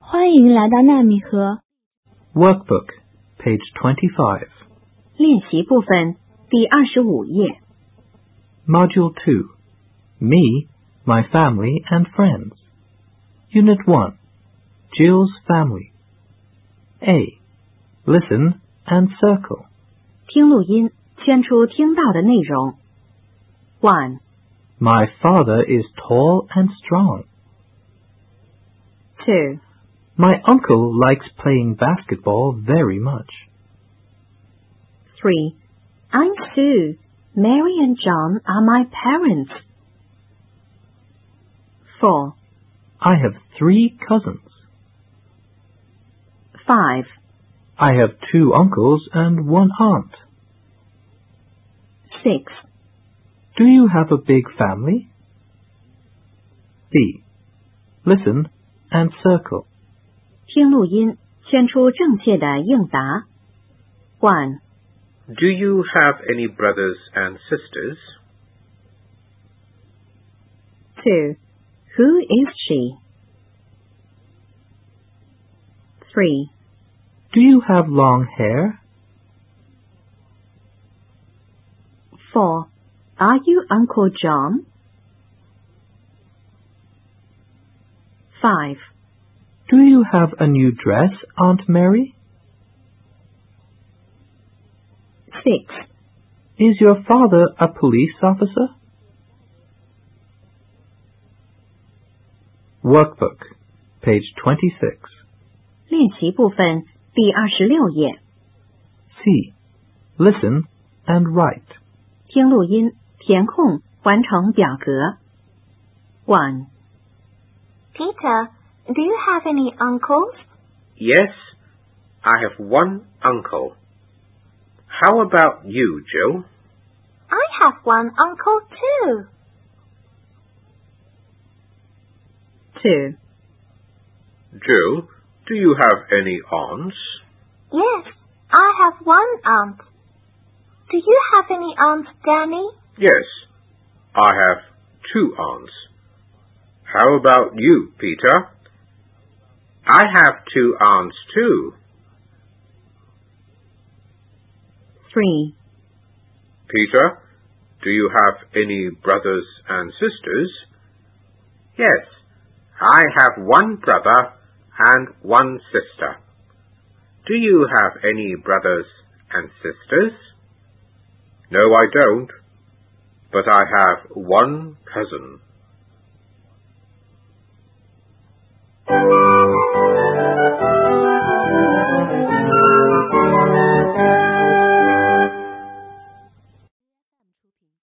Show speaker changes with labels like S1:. S1: 欢迎来到纳米盒
S2: Workbook, page 25,
S3: 练习部分第二十五页。
S2: Module 2. Me, my family and friends. Unit 1. Jill's family. A. Listen and circle.
S3: 听录音，圈出听到的内容。One,
S2: My father is tall and strong.
S3: two,
S2: My uncle likes playing basketball very much.
S3: three. I'm Sue. Mary and John are my parents. Four,
S2: I have three cousins.
S3: five,
S2: I have two uncles and one aunt.
S3: six,
S2: Do you have a big family? B. Listen and circle.
S3: 听录音，圈出正确的应答。One,
S4: Do you have any brothers and sisters?
S3: two. Who is she? Three,
S2: Do you have long hair?
S3: four. Are you Uncle John? Five.
S2: Do you have a new dress, Aunt Mary?
S3: Six,
S2: Is your father a police officer? Workbook, page 26.
S3: 练习部分第二十六页，
S2: C. Listen and write.
S3: 听录音，填空，完成表格。One,
S1: Peter, do you have any uncles?
S4: Yes, I have one uncle. How about you, Jill?
S1: I have one uncle too.
S3: two,
S4: Jill, do you have any aunts?
S1: Yes, I have one aunt. Do you have any aunts, Danny?
S4: Yes, I have two aunts. How about you, Peter? I have two aunts too.
S3: three,
S4: Peter, do you have any brothers and sisters? Yes, I have one brother and one sister. Do you have any brothers and sisters? No, I don't, but I have one cousin.